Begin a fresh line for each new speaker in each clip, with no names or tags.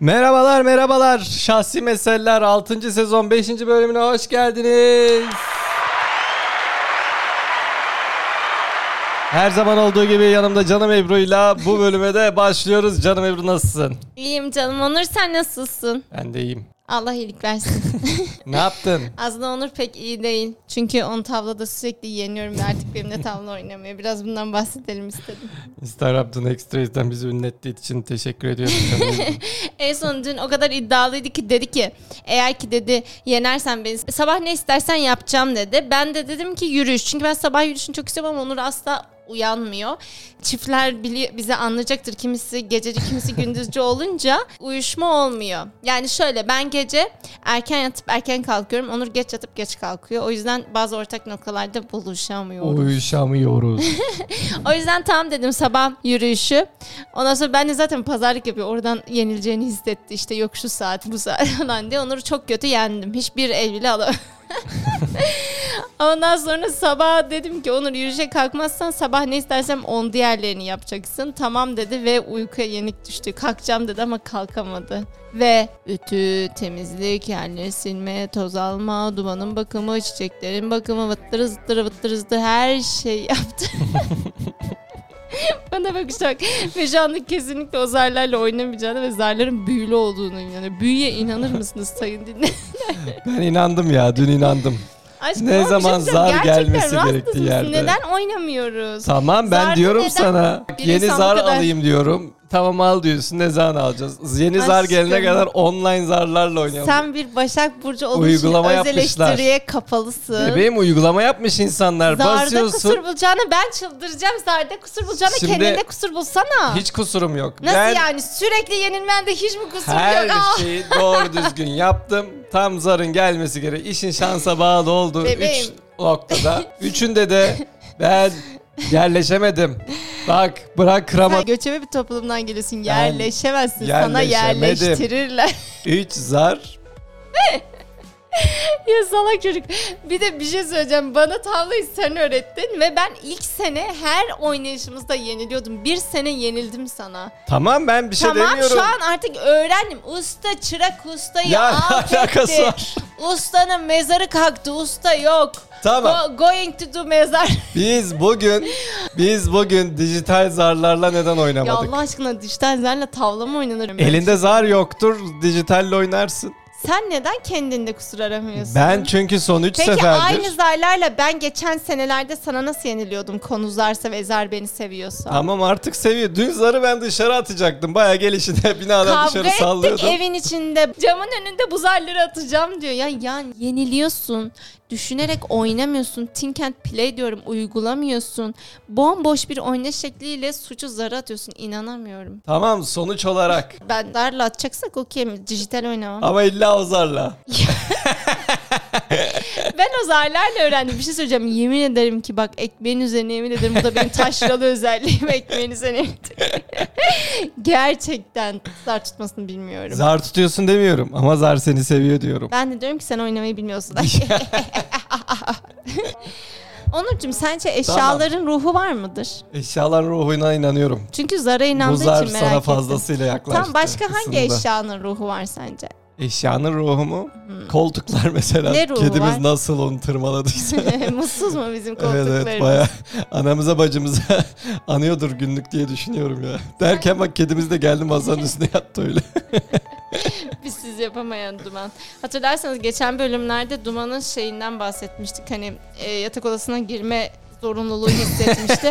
Merhabalar merhabalar. Şahsi Meseleler 6. sezon 5. bölümüne hoş geldiniz. Her zaman olduğu gibi yanımda Canım Ebru'yla bu bölüme de başlıyoruz. Canım Ebru nasılsın?
İyiyim canım Onur sen nasılsın?
Ben de iyiyim.
Allah iyilik versin.
Ne yaptın?
Aslında Onur pek iyi değil. Çünkü onu tavlada sürekli yeniyorum ve artık benimle tavla oynamıyor. Biraz bundan bahsedelim istedim.
Instagram'dan ekstraizden bizi ünlü ettiği için teşekkür ediyorum. Canım Ebru.
En son dün o kadar iddialıydı ki dedi ki eğer ki dedi yenersen beni sabah ne istersen yapacağım dedi. Ben de dedim ki yürüyüş. Çünkü ben sabah yürüyüşünü çok istiyorum ama Onur asla uyanmıyor. Çiftler bili- bizi anlayacaktır. Kimisi gececi kimisi gündüzcü olunca uyuşma olmuyor. Yani şöyle ben gece erken yatıp erken kalkıyorum. Onur geç yatıp geç kalkıyor. O yüzden bazı ortak noktalarda buluşamıyoruz.
Uyuşamıyoruz.
O yüzden tam dedim sabah yürüyüşü. Ondan sonra ben de zaten pazarlık yapıyor. Oradan yenileceğini hissetti. İşte yok şu saat bu saat falan diye. Onur'u çok kötü yendim. Hiçbir el bile alamam. Ondan sonra sabah dedim ki Onur yürüyüşe kalkmazsan sabah ne istersem on diğerlerini yapacaksın. Tamam dedi ve uykuya yenik düştü. Kalkacağım dedi ama kalkamadı. Ve ütü, temizlik, yerleri silme, toz alma, dumanın bakımı, çiçeklerin bakımı, vıttırı zıttırı vıttırı zıttırı her şey yaptı. Bana bakacak ve şu anda kesinlikle o zarlarla oynamayacağını ve zarların büyülü olduğunu inanıyor. Büyüye inanır mısınız sayın dinle?
ben inandım ya dün inandım.
Aşkım,
Ne
oğlum, bir şey
zaman
söyleyeceğim.
zar
Gerçekten
gelmesi
rahatsız
gerektiği
mısın?
yerde.
Neden oynamıyoruz?
Tamam ben
Zarda
diyorum
neden
sana.
bir
Yeni
insan bu
zar
kadar-
alayım diyorum. Tamam al diyorsun. Ne zaman alacağız? Yeni zar gelene
Aşkım.
kadar online zarlarla oynayalım.
Sen bir Başak Burcu olduğun
Uygulama
için öz
yapmışlar.
eleştiriye kapalısın.
Bebeğim E, uygulama yapmış insanlar.
Zarda
Basıyorsun.
kusur bulacağına ben çıldıracağım. Zarda kusur bulacağına
Şimdi-
kendinde kusur bulsana.
Hiç kusurum yok.
Nasıl
ben
yani? Sürekli yenilmende hiç mi kusur
her şey-
yok? Ah!
şeyi doğru düzgün yaptım. Tam zarın gelmesi gerek. İşin şansa bağlı oldu. Üç
Bebeğim.
noktada. Üçünde de ben yerleşemedim. Bak bırak
Sen
krama.
göçebe bir toplumdan geliyorsun. Yerleşemezsin. Sana
yerleşemedim.
yerleştirirler.
Üç zar.
ya salak çocuk. Bir de bir şey söyleyeceğim. Bana tavlayı sen öğrettin ve ben ilk sene her oynayışımızda yeniliyordum. Bir sene yenildim sana.
Tamam ben bir şey
tamam
demiyorum.
şu an artık öğrendim. Usta çırak ustayı
Ya ne
alt
alakası
etti.
var?
Ustanın mezarı kalktı. Usta yok.
Tamam.
Go- going to do mezar.
Biz bugün biz bugün dijital zarlarla neden
ya
oynamadık?
Allah aşkına dijital zarla tavla mı oynanır?
Elinde zar yoktur, dijitalle oynarsın.
Sen neden kendinde kusur aramıyorsun?
Ben çünkü son 3
Peki
seferdir
aynı zarlarla ben geçen senelerde sana nasıl yeniliyordum konu zarsa ve zar beni seviyorsa?
Tamam artık seviyor. Dün zarı ben dışarı atacaktım. Baya gelişine binadan
Kavga
dışarı
ettik
sallıyordum.
evin içinde. Camın önünde bu zarları atacağım diyor. Ya yani yeniliyorsun. Düşünerek oynamıyorsun. Think and play diyorum. Uygulamıyorsun. Bomboş bir oyna şekliyle suçu zara atıyorsun. İnanamıyorum.
Tamam sonuç olarak.
Ben zarla atacaksak okeyim. Dijital oynamam.
Ama illa o zarla.
Ben o zarlarla öğrendim. Bir şey söyleyeceğim. Yemin ederim ki bak ekmeğin üzerine yemin ederim. Bu da benim taşralı özelliğim. Ekmeğin üzerine. Gerçekten zar tutmasını bilmiyorum.
Zar tutuyorsun demiyorum ama zar seni seviyor diyorum.
Ben de diyorum ki sen oynamayı bilmiyorsun. Onurcuğum sence eşyaların ruhu var mıdır?
Eşyaların ruhuna inanıyorum.
Çünkü zara
Bu
inandığı
zar
için merak
sana
ettim.
fazlasıyla yaklaştı.
Tam başka hangi
aslında.
eşyanın ruhu var sence?
Eşyanın ruhu mu? Koltuklar mesela.
Hmm. Ne ruhu
Kedimiz
var?
nasıl onu tırmaladıysa.
Mutsuz mu bizim
Evet
koltuklarımız?
evet baya anamıza bacımıza anıyordur günlük diye düşünüyorum ya. Derken bak kedimiz de geldi masanın üstüne yattı öyle.
Biz siz yapamayan duman. Hatırlarsanız geçen bölümlerde dumanın şeyinden bahsetmiştik. Hani e, yatak odasına girme zorunluluğu hissetmişti.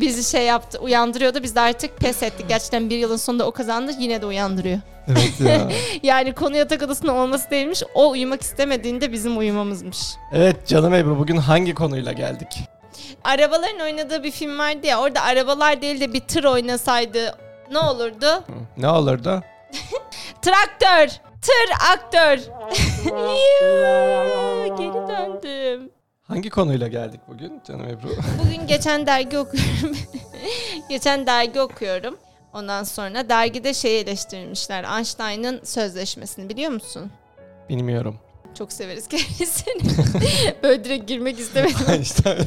Bizi şey yaptı, uyandırıyordu. Biz de artık pes ettik. Gerçekten bir yılın sonunda o kazandı. Yine de uyandırıyor.
evet ya.
Yani konu yatak odasında olması değilmiş. O uyumak istemediğinde bizim uyumamızmış.
Evet canım Ebru bugün hangi konuyla geldik?
Arabaların oynadığı bir film vardı ya. Orada arabalar değil de bir tır oynasaydı ne olurdu?
Ne olur da?
Traktör, tır aktör. Yuh, Geri döndüm.
Hangi konuyla geldik bugün canım Ebru?
Bugün geçen dergi okuyorum. geçen dergi okuyorum. Ondan sonra şey dergide şeyi eleştirmişler. Einstein'ın sözleşmesini biliyor musun?
Bilmiyorum.
Çok severiz kendisini. Böyle direkt girmek istemedim.
işte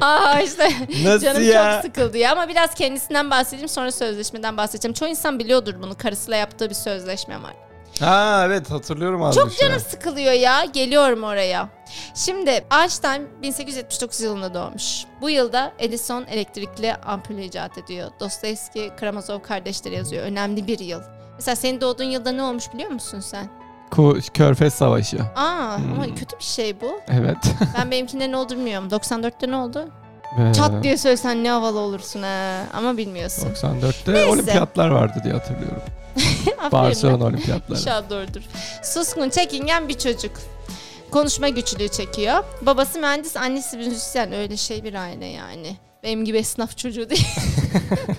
Aa işte
Nasıl
canım
ya?
çok sıkıldı ya ama biraz kendisinden bahsedeyim sonra sözleşmeden bahsedeceğim. Çoğu insan biliyordur bunu karısıyla yaptığı bir sözleşme var.
ha evet hatırlıyorum az
Çok
buçuk ya.
canım sıkılıyor ya. Geliyorum oraya. Şimdi Einstein 1879 yılında doğmuş. Bu yılda Edison elektrikli ampulü icat ediyor. Dostoyevski Karamazov kardeşleri yazıyor. Önemli bir yıl. Mesela senin doğduğun yılda ne olmuş biliyor musun sen?
Ku- Körfez Savaşı.
Aa ama
Hmm.
kötü bir şey bu.
Evet.
Ben benimkinde ne oldu bilmiyorum. 94'te ne oldu?
Ee,
Çat diye söylesen ne havalı olursun ha. Ama bilmiyorsun.
94'te
Neyse.
olimpiyatlar vardı diye hatırlıyorum.
Aferin.
Barcelona olimpiyatları.
İnşallah doğrudur. Suskun, çekingen bir çocuk. Konuşma güçlüğü çekiyor. Babası mühendis, annesi müzisyen. Öyle şey bir aile yani. Benim gibi esnaf çocuğu değil.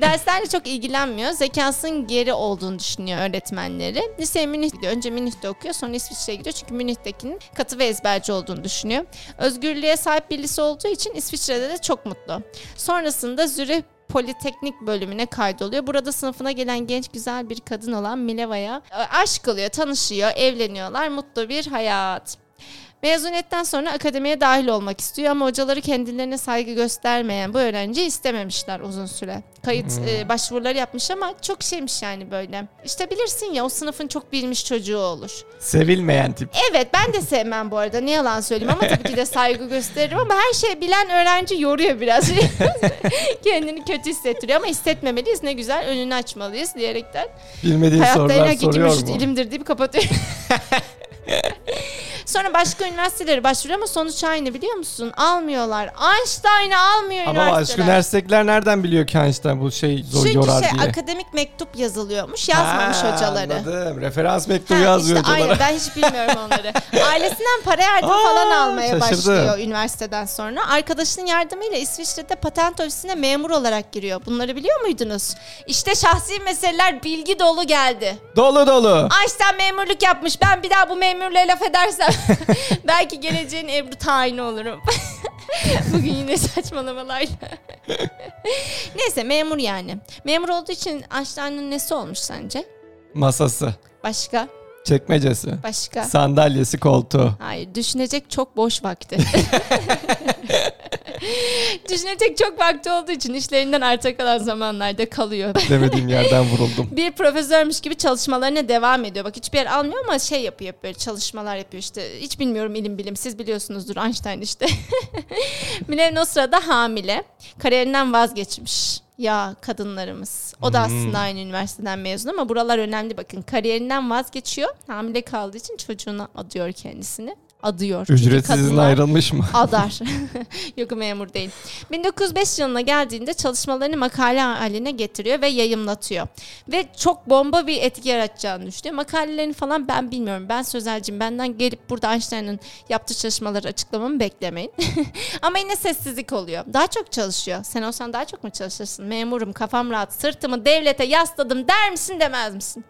Derslerle çok ilgilenmiyor. Zekasının geri olduğunu düşünüyor öğretmenleri. Liseye Münih gidiyor. Önce Münih'te okuyor sonra İsviçre'ye gidiyor. Çünkü Münih'tekinin katı ve ezberci olduğunu düşünüyor. Özgürlüğe sahip birisi olduğu için İsviçre'de de çok mutlu. Sonrasında Zürih Politeknik bölümüne kaydoluyor. Burada sınıfına gelen genç güzel bir kadın olan Mileva'ya e, aşık oluyor, tanışıyor, evleniyorlar. Mutlu bir hayat. Mezuniyetten sonra akademiye dahil olmak istiyor ama hocaları kendilerine saygı göstermeyen bu öğrenciyi istememişler uzun süre. Kayıt e, başvuruları yapmış ama çok şeymiş yani böyle. İşte bilirsin ya o sınıfın çok bilmiş çocuğu olur.
Sevilmeyen tip.
Evet ben de sevmem bu arada ne yalan söyleyeyim ama tabii ki de saygı gösteririm ama her şeyi bilen öğrenci yoruyor biraz. Kendini kötü hissettiriyor ama hissetmemeliyiz ne güzel önünü açmalıyız diyerekten.
Bilmediği
Hayatta en
sorular
hakiki
soruyor
müşrit
mu?
ilimdir deyip kapatıyor. Sonra başka üniversitelere başvuruyor ama sonuç aynı biliyor musun? Almıyorlar. Einstein'ı almıyor
Ama aşkın
üniversiteler.
ersekler nereden biliyor ki Einstein bu şey zor
Çünkü
yorar
şey
diye?
akademik mektup yazılıyormuş yazmamış
Ha,
hocaları.
Anladım. Referans mektubu
Ha,
yazıyor
işte
hocalara.
aynen ben hiç bilmiyorum onları. Ailesinden para yardım
Aa,
falan almaya
şaşırdım.
başlıyor üniversiteden sonra. Arkadaşının yardımıyla İsviçre'de patent ofisine memur olarak giriyor. Bunları biliyor muydunuz? İşte şahsi meseleler bilgi dolu geldi.
Dolu dolu.
Einstein memurluk yapmış. Ben bir daha bu memurluğa laf edersem belki geleceğin Ebru tayini olurum. Bugün yine saçmalamalarla. Neyse memur yani. Memur olduğu için Einstein'ın nesi olmuş sence?
Masası,
Başka?
çekmecesi,
Başka?
sandalyesi, koltuğu.
Hayır, düşünecek çok boş vakti. düşünecek çok vakti olduğu için işlerinden arta kalan zamanlarda kalıyor.
Demediğim yerden vuruldum.
Bir profesörmüş gibi çalışmalarına devam ediyor. Bak hiçbir yer almıyor ama şey yapıyor hep böyle çalışmalar yapıyor işte. Hiç bilmiyorum ilim bilim siz biliyorsunuzdur Einstein işte. Milen o sırada hamile. Kariyerinden vazgeçmiş. Ya kadınlarımız. O da aslında aynı üniversiteden mezun ama buralar önemli bakın. Kariyerinden vazgeçiyor. Hamile kaldığı için çocuğuna adıyor kendisini. Adıyor. Çünkü
Ücretsiz izin
kadınlar-
ayrılmış mı?
Adar. Yok memur değil. 1905 yılına geldiğinde çalışmalarını makale haline getiriyor ve yayımlatıyor. Ve çok bomba bir etki yaratacağını düşünüyor. Makalelerini falan ben bilmiyorum. Ben sözelciyim. Benden gelip burada Einstein'ın yaptığı çalışmaları açıklamamı beklemeyin. Ama yine sessizlik oluyor. Daha çok çalışıyor. Sen olsan daha çok mu çalışırsın? Memurum kafam rahat. Sırtımı devlete yasladım der misin demez misin?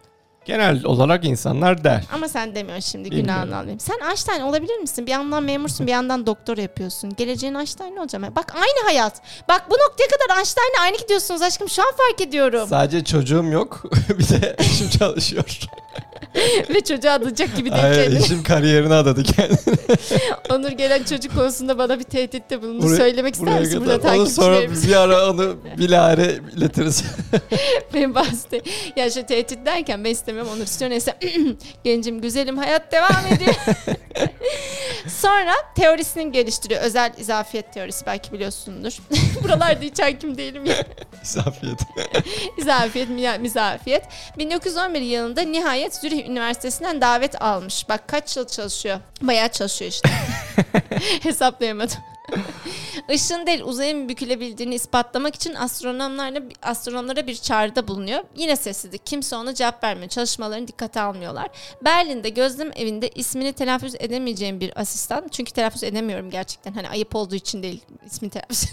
Genel olarak insanlar der.
Ama sen demiyorsun şimdi
Bilmiyorum.
günahını alayım. Sen Einstein olabilir misin? Bir yandan memursun bir yandan doktor yapıyorsun. Geleceğin Einstein olacağım. Bak aynı hayat. Bak bu noktaya kadar Einstein'le aynı gidiyorsunuz aşkım. Şu an fark ediyorum.
Sadece çocuğum yok. bir de eşim çalışıyor.
Ve çocuğa adayacak gibi değil
Hayır,
kendini.
eşim kariyerine adadı kendini.
Onur gelen çocuk konusunda bana bir tehditte bulundu.
Buraya-
Söylemek ister
Buraya
misin?
kadar.
Burada
Onu sonra
takipçilerimiz
bir ara onu bilahare iletiriz.
benim bahsetti. Ya şu tehdit derken ben istemiyorum Onur istiyor. Neyse gencim güzelim hayat devam ediyor. Sonra teorisini geliştiriyor. Özel izafiyet teorisi belki biliyorsundur. Buralarda hiç hakim değilim ya.
Zafiyet.
İzafiyet, mi- mizafiyet. 1911 yılında nihayet Zürih Üniversitesi'nden davet almış. Bak kaç yıl çalışıyor. Bayağı çalışıyor işte. Hesaplayamadım. Işın değil uzayın bükülebildiğini ispatlamak için astronomlarla astronomlara bir çağrıda bulunuyor. Yine sessizlik. Kimse ona cevap vermiyor. Çalışmalarını dikkate almıyorlar. Berlin'de gözlem evinde ismini telaffuz edemeyeceğim bir asistan. Çünkü telaffuz edemiyorum gerçekten. Hani ayıp olduğu için değil. İsmini telaffuz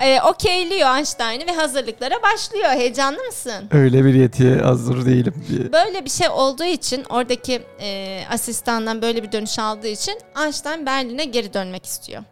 e, okeyliyor Einstein'ı ve hazırlıklara başlıyor. Heyecanlı mısın?
Öyle bir yetiye hazır değilim diye.
Böyle bir şey olduğu için oradaki e, asistandan böyle bir dönüş aldığı için Einstein Berlin'e geri dönmek istiyor.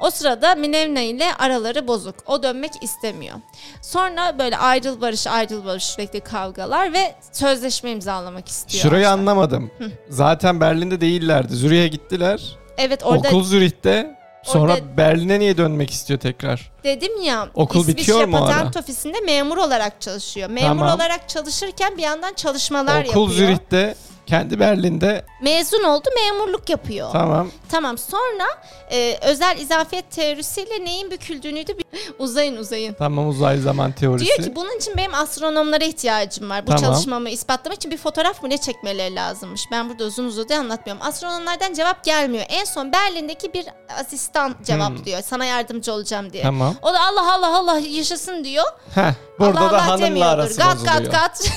O sırada Minevna ile araları bozuk. O dönmek istemiyor. Sonra böyle ayrıl barış ayrıl barış sürekli kavgalar ve sözleşme imzalamak istiyor.
Şurayı anlamadım. Zaten Berlin'de değillerdi. Zürih'e gittiler.
Evet orada
Okul Zürih'te. Sonra
Orada-
Berlin'e niye dönmek istiyor tekrar?
dedim ya
Okul
İsviçre
bitiyor mu o ara?
Patent Ofisi'nde memur olarak çalışıyor. Memur
Tamam.
olarak çalışırken bir yandan çalışmalar
Okul
yapıyor.
Zürih'te, kendi Berlin'de.
Mezun oldu memurluk yapıyor.
Tamam.
Tamam sonra e, özel izafiyet teorisiyle neyin büküldüğünü de bir... uzayın uzayın.
Tamam uzay zaman teorisi.
Diyor ki bunun için benim astronomlara ihtiyacım var. Bu
Tamam.
çalışmamı ispatlamak için bir fotoğraf mı ne çekmeleri lazımmış. Ben burada uzun uzadıya anlatmıyorum. Astronomlardan cevap gelmiyor. En son Berlin'deki bir asistan cevaplıyor. Sana yardımcı olacağım diye.
Hmm. Tamam.
O da Allah Allah Allah yaşasın diyor.
Heh, burada
Allah
da
Allah
hanımla
demiyordur.
arası
gat,
bozuluyor.
gat gat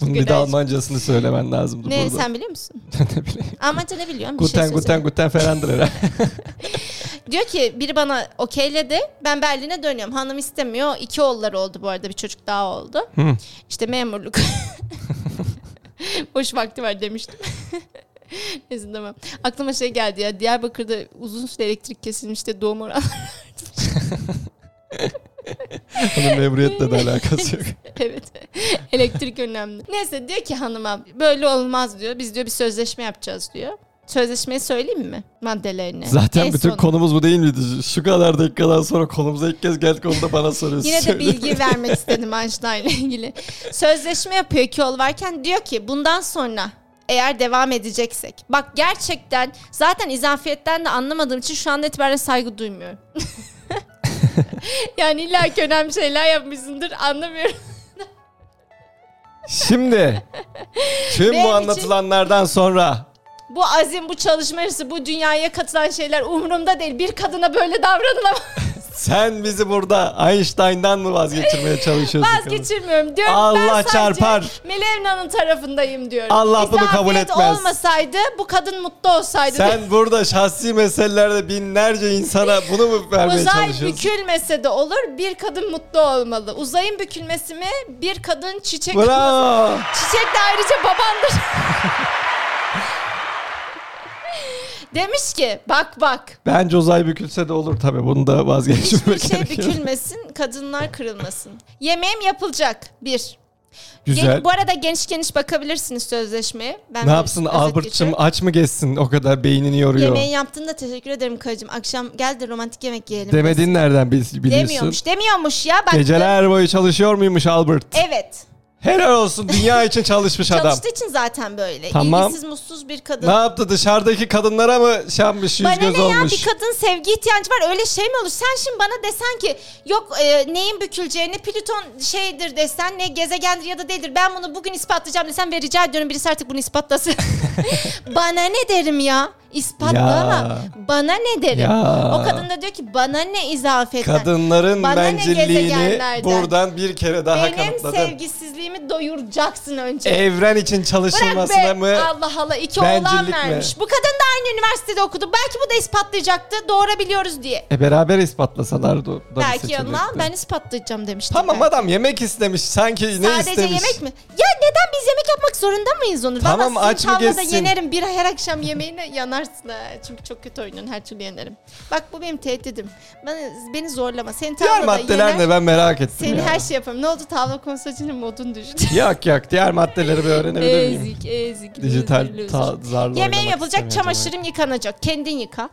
Bunun bir de
Güler.
Almancasını söylemen lazımdı
Ne
burada.
sen biliyor musun?
ne bileyim.
Almanca ne biliyorum? Bir şey
Guten
söyleyeyim.
guten guten ferandır herhalde.
Diyor ki biri bana okeyledi. Ben Berlin'e dönüyorum. Hanım istemiyor. İki oğulları oldu bu arada. Bir çocuk daha oldu.
Hı.
İşte memurluk. Boş vakti var demiştim. Neyse tamam. Aklıma şey geldi ya. Diyarbakır'da uzun süre elektrik kesilmişti. Doğum oranı.
Bunun memuriyetle de alakası yok.
evet. Elektrik önemli. Neyse diyor ki hanıma böyle olmaz diyor. Biz diyor bir sözleşme yapacağız diyor. Sözleşmeyi söyleyeyim mi? Maddelerini.
Zaten
En
bütün
son.
konumuz bu değil miydi? Şu kadar dakikadan sonra konumuza ilk kez geldik onu da bana soruyorsun.
Yine de
Söyle.
bilgi vermek istedim Einstein'la ilgili. Sözleşme yapıyor Kiyol varken diyor ki bundan sonra eğer devam edeceksek. Bak gerçekten zaten izafiyetten de anlamadığım için şu anda itibaren saygı duymuyorum. yani illa ki önemli şeyler yapmışsındır anlamıyorum.
Şimdi tüm
Benim
bu
için-
anlatılanlardan sonra
Bu azim, bu çalışma hırsı, bu dünyaya katılan şeyler umurumda değil. Bir kadına böyle davranılamaz.
sen bizi burada Einstein'dan mı vazgeçirmeye çalışıyorsun? kadın?
Vazgeçirmiyorum diyorum. ben
Allah
sadece
çarpar.
Melevna'nın tarafındayım diyorum.
Allah bunu kabul
İzafiyet
etmez.
olmasaydı bu kadın mutlu olsaydı.
Sen burada şahsi meselelerde binlerce insana bunu mu vermeye
Uzay
çalışıyorsun?
bükülmese de olur, bir kadın mutlu olmalı. Uzayın bükülmesi mi? Bir kadın çiçek.
Bravo.
Çiçek de ayrıca babandır. Demiş ki bak bak
Bence uzay bükülse de olur tabii. Bunu da
hiçbir
vazgeçmek
şey
gerekiyor.
bükülmesin, kadınlar kırılmasın. Yemeğim yapılacak. Bir.
Güzel.
Gen- bu arada geniş geniş bakabilirsiniz sözleşmeye. Ben
Ne
bir
yapsın
özet
Albert'cığım
geçiyorum.
aç mı geçsin o kadar beynini yoruyor.
Yemeği yaptın da teşekkür ederim karıcığım. Akşam gel de romantik yemek yiyelim.
Demediğin nereden bil- biliyorsun?
Demiyormuş. Demiyormuş ya. Baktım.
Geceler boyu çalışıyor muymuş Albert?
Evet.
Helal olsun dünya için çalışmış adam.
Çalıştığı için zaten böyle.
Tamam.
İlgisiz, mutsuz bir kadın.
Ne yaptı dışarıdaki kadınlara mı şammış yüz
bana
göz
ne ya bir
olmuş?
kadın sevgi ihtiyacı var öyle şey mi olur? Sen şimdi bana desen ki yok e, neyin büküleceğini Plüton şeydir desen ne gezegendir ya da değildir. Ben bunu bugün ispatlayacağım desen ve rica ediyorum birisi artık bunu ispatlasın. bana ne derim ya? İspatlama. Bana ne derim?
Ya.
O kadın da diyor ki bana ne izafetten.
Kadınların
Bana ne
bencilliğini
gezegenlerden?
buradan bir kere daha
Benim
kanıtladın.
sevgisizliğimi doyuracaksın önce.
Evren için
Bırak
çalışılmasına
be.
mı?
Allah Allah iki
Bencillik
oğlan
mi?
vermiş. Bu kadın da aynı üniversitede okudu. Belki bu da ispatlayacaktı. Doğurabiliyoruz diye.
E beraber ispatlasalardı. o da bir
Belki
seçenekti.
yanına ben ispatlayacağım demiştim.
Tamam
belki.
adam yemek istemiş sanki ne
Sadece
istemiş?
yemek mi? Ya neden biz yemek yapmak zorunda mıyız Onur?
Tamam,
Valla
aç mı
Sultan'la da
gezsin?
yenerim. Bir her akşam yemeğine yanarsın ha. Çünkü çok kötü oynuyorsun her türlü yenerim. Bak bu benim tehdidim. Bana, beni zorlama. Seni
Diğer
tavlada
maddeler
yener.
ne ben merak ettim
Seni
ya.
her şey yaparım. Ne oldu tavla konsolcunun modun düştü.
Yok yok diğer maddeleri bir öğrenebilir miyim?
ezik ezik. loser,
Dijital
loser.
ta- zarla
Yemeğim
oynamak
yapılacak,
istemiyorum.
çamaşırım yıkanacak. Kendin yıka.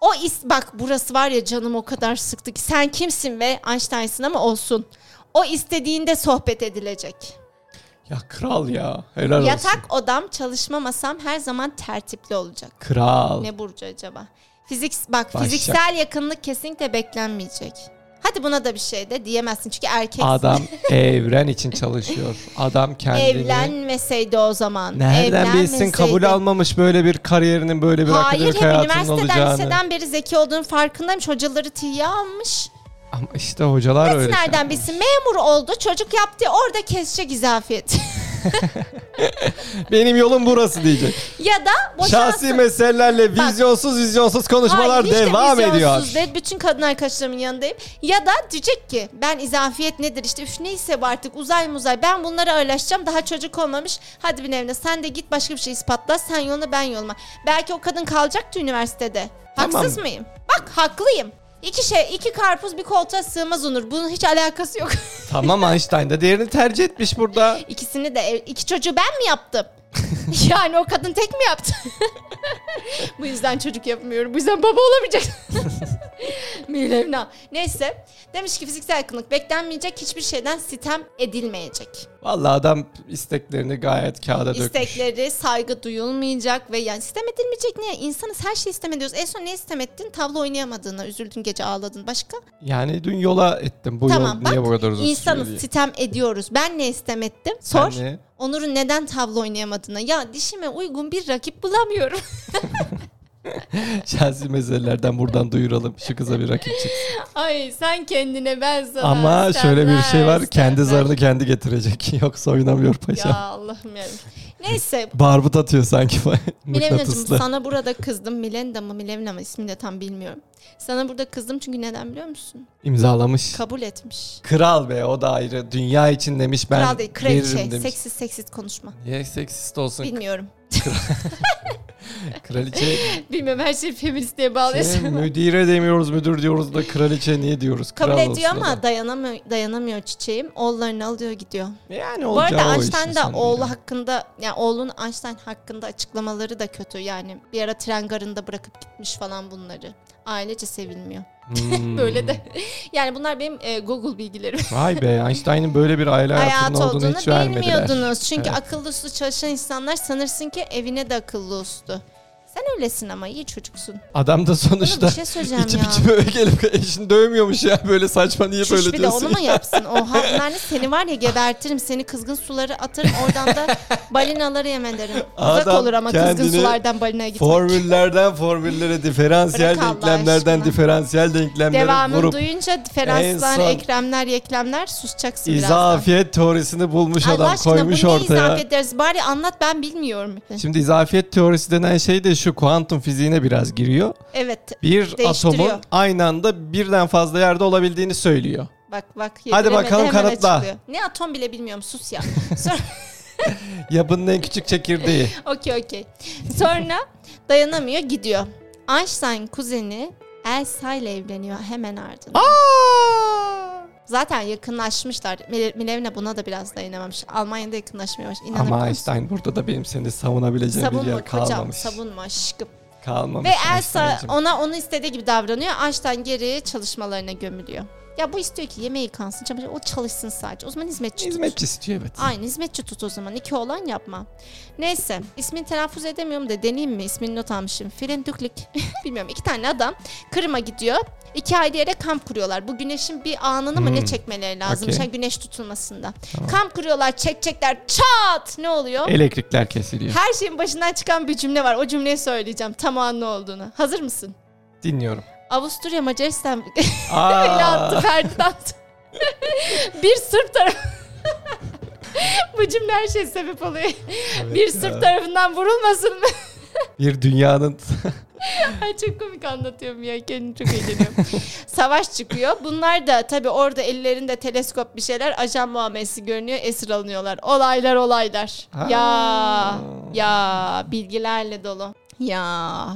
O is bak burası var ya canım o kadar sıktı ki sen kimsin ve Einstein'sın ama olsun. O istediğinde sohbet edilecek.
Ya kral ya. Helal olsun.
Yatak odam, çalışma masam her zaman tertipli olacak.
Kral.
Ne burcu acaba? Fizik bak
Başak.
fiziksel yakınlık kesinlikle beklenmeyecek. Hadi buna da bir şey de diyemezsin çünkü erkeksin.
Adam evren için çalışıyor. Adam kendini
Evlenmeseydi o zaman.
nereden bilsin
evlenmeseydi.
kabul almamış böyle bir kariyerinin böyle bir
Hayır
akademik
hep
hayatının
üniversiteden
olacağını.
liseden beri zeki olduğunun farkındaymış. Hocaları tiye almış.
Ama işte hocalar
Nasıl
öyle. şey.
nereden bilsin? Memur oldu. Çocuk yaptı. Orada kesecek izafiyet.
Benim yolum burası diyecek.
Ya da boşansın.
Şahsi meselelerle
Bak.
vizyonsuz vizyonsuz
Hayır,
konuşmalar
hiç de
devam ediyor.
vizyonsuz değil. bütün kadın arkadaşlarımın yanındayım. Ya da diyecek ki ben izafiyet nedir işte üf neyse bu artık uzay muzay ben bunları ağırlaşacağım daha çocuk olmamış. Hadi bin evine sen de git başka bir şey ispatla sen yoluna ben yoluma. Belki o kadın kalacaktı üniversitede. Haksız
Tamam.
mıyım? Bak haklıyım. İki şey, iki karpuz bir koltuğa sığmaz Onur. Bunun hiç alakası yok.
Tamam Einstein de değerini tercih etmiş burada.
İkisini de ev- iki çocuğu ben mi yaptım? yani o kadın tek mi yaptı? bu yüzden çocuk yapmıyorum. Bu yüzden baba olamayacak. Milevna. Neyse. Demiş ki fiziksel yakınlık beklenmeyecek. Hiçbir şeyden sitem edilmeyecek.
Vallahi adam isteklerini gayet kağıda dökmüş.
İstekleri saygı duyulmayacak ve yani sistem edilmeyecek niye? İnsanız her şeyi sistem ediyoruz. En son ne sistem ettin? Tavla oynayamadığına üzüldün gece ağladın. Başka?
Yani dün yola ettim. Bu
tamam
yol niye bu
bak
kadar uzun sürüyor diye. Hani
insanız sitem ediyoruz. Ben ne sistem ettim? Sor.
Sen ne?
Onur'un neden tavla oynayamadığına ya dişime uygun bir rakip bulamıyorum.
Şahsi meselelerden buradan duyuralım. Şu kıza bir rakip çıksın.
Ay sen kendine ben sana.
Ama
sen
şöyle bir
ben,
şey var.
sen
Kendi
ben.
zarını kendi getirecek. Yoksa oynamıyor
Ya
paşa.
Allah'ım ya. Neyse.
Barbut atıyor sanki.
Milevina'cığım
Mıknatısla.
sana burada kızdım. Milenda mı Milevna mı ismini de tam bilmiyorum. Sana burada kızdım çünkü neden biliyor musun?
İmzalamış.
Kabul etmiş.
Kral be o da ayrı. Dünya için demiş ben
Kral değil kraliçe.
veririm demiş.
Seksist seksist konuşma.
Niye seksist olsun?
Bilmiyorum.
Kraliçe
Bilmiyorum her şeyi feminist diye
Şey,
bağlıyorsun.
müdire demiyoruz müdür diyoruz da kraliçe niye diyoruz?
Kabul
Kral
ediyor
olsun o
ama
da.
dayanamıyor, dayanamıyor çiçeğim. Oğullarını alıyor gidiyor.
Yani
Bu
olacağı
arada
o
Einstein
işte
de
sanırım
oğlu
ya.
hakkında, ya oğlun Einstein hakkında açıklamaları da kötü yani. Bir ara tren garında bırakıp gitmiş falan bunları. Ailece sevilmiyor.
Hmm.
Böyle de. Yani bunlar benim e, Google bilgilerim.
Vay be Einstein'ın böyle bir aile
Hayat
hayatının olduğunu,
olduğunu
hiç vermediler.
bilmiyordunuz. Çünkü
Evet.
akıllı uslu çalışan insanlar sanırsın ki evine de akıllı uslu. Sen öylesin ama iyi çocuksun.
Adam da
Oğlum
sonuçta
bir şey söyleyeceğim
içip
ya.
içip öyle gelip eşini dövmüyormuş ya böyle saçma niye
Çüş
böyle
bir de
diyorsun
onu
ya?
mu yapsın? Oha bunlar ne? seni var ya gebertirim. Seni kızgın suları atarım. Oradan da balinaları yemen derim. Uzak
Adam
olur ama kızgın
kendini
sulardan balinaya gitmek.
Formüllerden formüllere diferansiyel
Bırak Allah
denklemlerden
aşkına.
diferansiyel denklemlere
Devamını
vurup
duyunca diferanslar,
en son-
ekremler, yeklemler susacaksın birazdan.
izafiyet teorisini bulmuş
Allah
adam
aşkına
koymuş
bu ne
ortaya.
izaf ederiz? Bari anlat ben bilmiyorum.
Şimdi izafiyet teorisi denen şey de şu kuantum fiziğine biraz giriyor.
Evet
Bir
Değiştiriyor.
atomun aynı anda birden fazla yerde olabildiğini söylüyor.
bak bak.
Hadi bakalım
yediremedi, hemen
kanıtla.
açıklıyor. Ne atom bile bilmiyorum sus ya. Sonra,
Yapının en küçük çekirdeği.
okey okey. Sonra dayanamıyor gidiyor. Einstein kuzeni Elsa ile evleniyor hemen ardından.
Ah!
Zaten yakınlaşmışlar. Mile- Milevna buna da biraz dayanamamış. Almanya'da yakınlaşmıyormuş.
Ama
İnanamıyor musun?
Einstein burada da benim seni savunabileceğim bir
Savunma
yer
kocam,
kalmamış.
savunma aşkım.
Kalmamış
Ve Elsa
Einstein'cığım.
ona onu istediği gibi davranıyor. Einstein geri çalışmalarına gömülüyor. Ya bu istiyor ki yemeği yıkansın, çamaşır- o çalışsın sadece. O zaman hizmetçi tut.
Hizmetçi istiyor evet.
Aynı hizmetçi tut o zaman. İki olan yapma. Neyse ismini telaffuz edemiyorum da deneyeyim mi? İsmini not almışım. Frendüklik. Bilmiyorum iki tane adam Kırım'a gidiyor. İki ayrı yere kamp kuruyorlar. Bu güneşin bir anını mı ne
Hmm.
çekmeleri lazım?
Okey.
Şey, güneş tutulmasında.
Tamam. E-
Kamp kuruyorlar çekecekler çat ne oluyor?
Elektrikler kesiliyor.
Her şeyin başından çıkan bir cümle var. O cümleyi söyleyeceğim tam o an ne olduğunu. Hazır mısın?
Dinliyorum.
Avusturya Macaristan ile
Aa,
attı Ferdinand. bir Sırp tarafı. Bu cümle her şeye sebep oluyor.
Evet
bir
ya.
Sırp tarafından vurulmasın mı?
bir dünyanın
Ay çok komik anlatıyorum ya. Kendim çok eğleniyorum. Savaş çıkıyor. Bunlar da tabii orada ellerinde teleskop bir şeyler ajan muamelesi görünüyor. Esir alınıyorlar. Olaylar olaylar.
Ha.
Ya ya bilgilerle dolu. Ya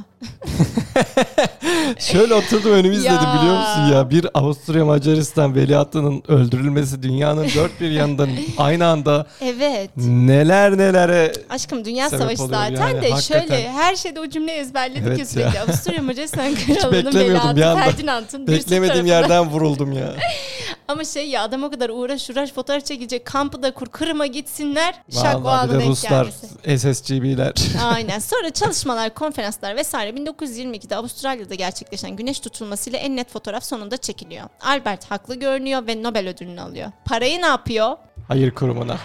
Şöyle oturdum önümü izledim
Ya.
biliyor musun ya? Bir Avusturya Macaristan veliahtının öldürülmesi dünyanın dört bir yanından aynı anda
evet.
neler nelere
Aşkım Dünya
Sebep
Savaşı
oluyor
zaten
yani,
de
hakikaten.
şöyle her şeyde o cümleyi ezberledik
Evet
ya sürekli.
ya.
Avusturya Macaristan Kralı'nın
beklemiyordum bir
belatı
anda.
Ferdinand'ın bir
beklemediğim
tarafından.
yerden vuruldum ya.
Ama şey ya adam o kadar uğraş uğraş fotoğraf çekecek kampı da kur Kırım'a gitsinler. Şak o
Vallahi bir
anı
de
denk
Ruslar,
gelmesi.
SSGB'ler.
Aynen. Sonra çalışmalar, konferanslar vesaire 1922'de Avustralya'da gerçekleşen güneş tutulmasıyla en net fotoğraf sonunda çekiliyor. Albert haklı görünüyor ve Nobel ödülünü alıyor. Parayı ne yapıyor?
Hayır kurumuna.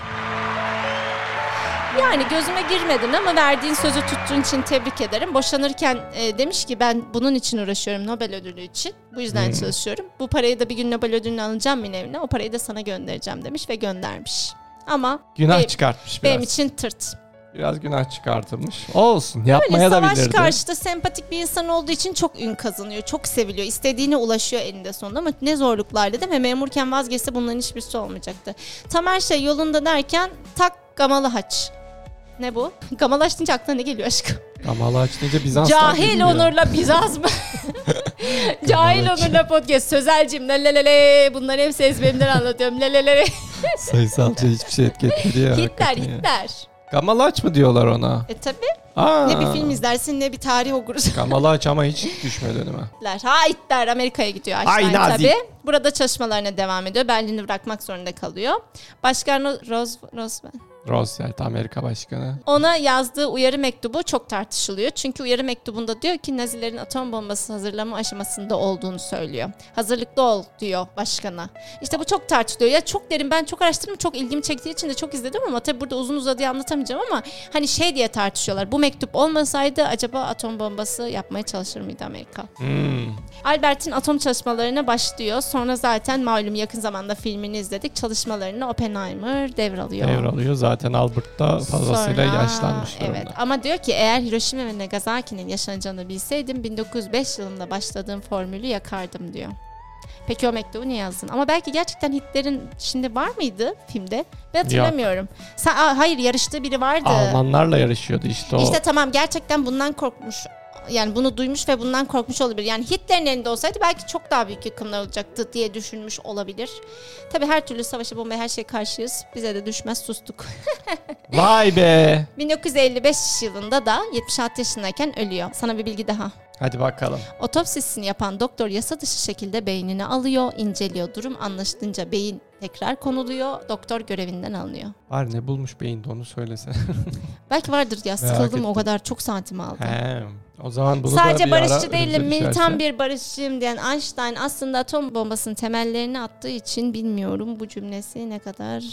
Yani gözüme girmedin ama verdiğin sözü tuttuğun için tebrik ederim. Boşanırken e, demiş ki ben bunun için uğraşıyorum Nobel ödülü için. Bu yüzden
Hmm.
çalışıyorum. Bu parayı da bir gün Nobel ödülünü alacağım yine evine. O parayı da sana göndereceğim demiş ve göndermiş. Ama
Günah
Benim-
çıkartmış biraz.
benim için tırt.
Biraz günah çıkartılmış. Olsun yapmaya
Böyle
da
savaş
bilirdi.
karşıtı sempatik bir insan olduğu için çok ün kazanıyor. Çok seviliyor. istediğine ulaşıyor eninde sonunda ama ne zorluklarla değil mi? Memurken vazgeçse bunların hiçbirisi olmayacaktı. Tam her şey yolunda derken tak gamalı haç. Ne bu? Gamalı haç deyince aklına ne geliyor aşkım?
Kamala Haç deyince Bizanslar
Cahil
bilmiyor.
Onur'la Bizans mı? Cahil
Gamalı haç.
Onur'la podcast. Sözelcim lelelele. Bunları hepsi ezberimden anlatıyorum. Lelelele.
Sayısalca hiçbir şey etki etmedi ya.
Hitler,
hakikaten ya.
Hitler.
Kamala Haç mı diyorlar ona?
E tabi.
Aa.
Ne bir film izlersin ne bir tarih okursun.
Kamala Haç ama hiç düşmedi önüme.
Hitler. Ha Hitler Amerika'ya gidiyor
Ay,
Einstein
Nazi.
tabii. Burada çalışmalarına devam ediyor. Berlin'i bırakmak zorunda kalıyor. Başkan Ro- Roz- Roosevelt
Roosevelt Amerika Başkanı.
ona yazdığı uyarı mektubu çok tartışılıyor. Çünkü uyarı mektubunda diyor ki Nazilerin atom bombası hazırlama aşamasında olduğunu söylüyor. Hazırlıklı ol diyor başkana. İşte bu çok tartışılıyor. Ya çok derin ben çok araştırdım çok ilgimi çektiği için de çok izledim ama tabii burada uzun uzadıya anlatamayacağım ama hani şey diye tartışıyorlar. Bu mektup olmasaydı acaba atom bombası yapmaya çalışır mıydı Amerika?
Hmm.
Albert'in atom çalışmalarına başlıyor. Sonra zaten malum yakın zamanda filmini izledik. Çalışmalarını Oppenheimer devralıyor.
Devralıyor zaten Albert da fazlasıyla
Sonra-
yaşlanmış durumda.
Evet ama diyor ki eğer Hiroşima ve Nagasaki'nin yaşanacağını bilseydim 1905 yılında başladığım formülü yakardım diyor. Peki o mektubu niye yazdın? Ama belki gerçekten Hitler'in şimdi var mıydı filmde? Ben hatırlamıyorum. Sen, aa, hayır yarıştığı biri vardı.
Almanlarla yarışıyordu işte o.
İşte tamam gerçekten bundan korkmuş. Yani bunu duymuş ve bundan korkmuş olabilir. Yani Hitler'in elinde olsaydı belki çok daha büyük yıkımlar olacaktı diye düşünmüş olabilir. Tabii her türlü savaşa bombaya her şeye karşıyız. Bize de düşmez sustuk.
Vay be.
1955 yılında da 76 yaşındayken ölüyor. Sana bir bilgi daha.
Hadi bakalım.
Otopsisini yapan doktor yasa dışı şekilde beynini alıyor, inceliyor. Durum anlaşılınca beyin tekrar konuluyor. Doktor görevinden alınıyor.
Var ne bulmuş beyinde onu söylesene.
Belki vardır ya
Merak
sıkıldım o
ettim.
kadar çok saatimi aldı.
He. O zaman bunu da
Sadece
bir şey
barışçı
ara
değilim,
önümüze düşerse-
militan bir barışçıyım diyen Einstein aslında atom bombasının temellerini attığı için bilmiyorum bu cümlesi ne kadar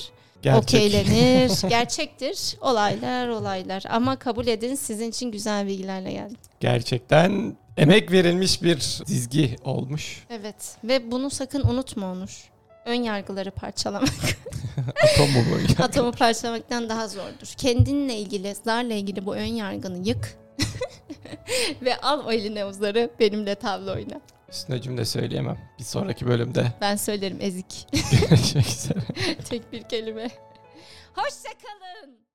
Gerçek.
okeylenir. Gerçektir. Olaylar olaylar. Ama kabul edin sizin için güzel bilgilerle geldim.
Gerçekten emek verilmiş bir dizgi olmuş.
Evet ve bunu sakın unutma Onur. Ön yargıları parçalamak,
Atom mu bu?
atomu parçalamaktan daha zordur. Kendinle ilgili, zarla ilgili bu ön yargını yık. ve al o eline uzları benimle tavla oyna.
Üstüne cümle söyleyemem. Bir sonraki bölümde
Ben söylerim ezik.
görüşmek üzere.
Tek bir kelime. Hoşçakalın.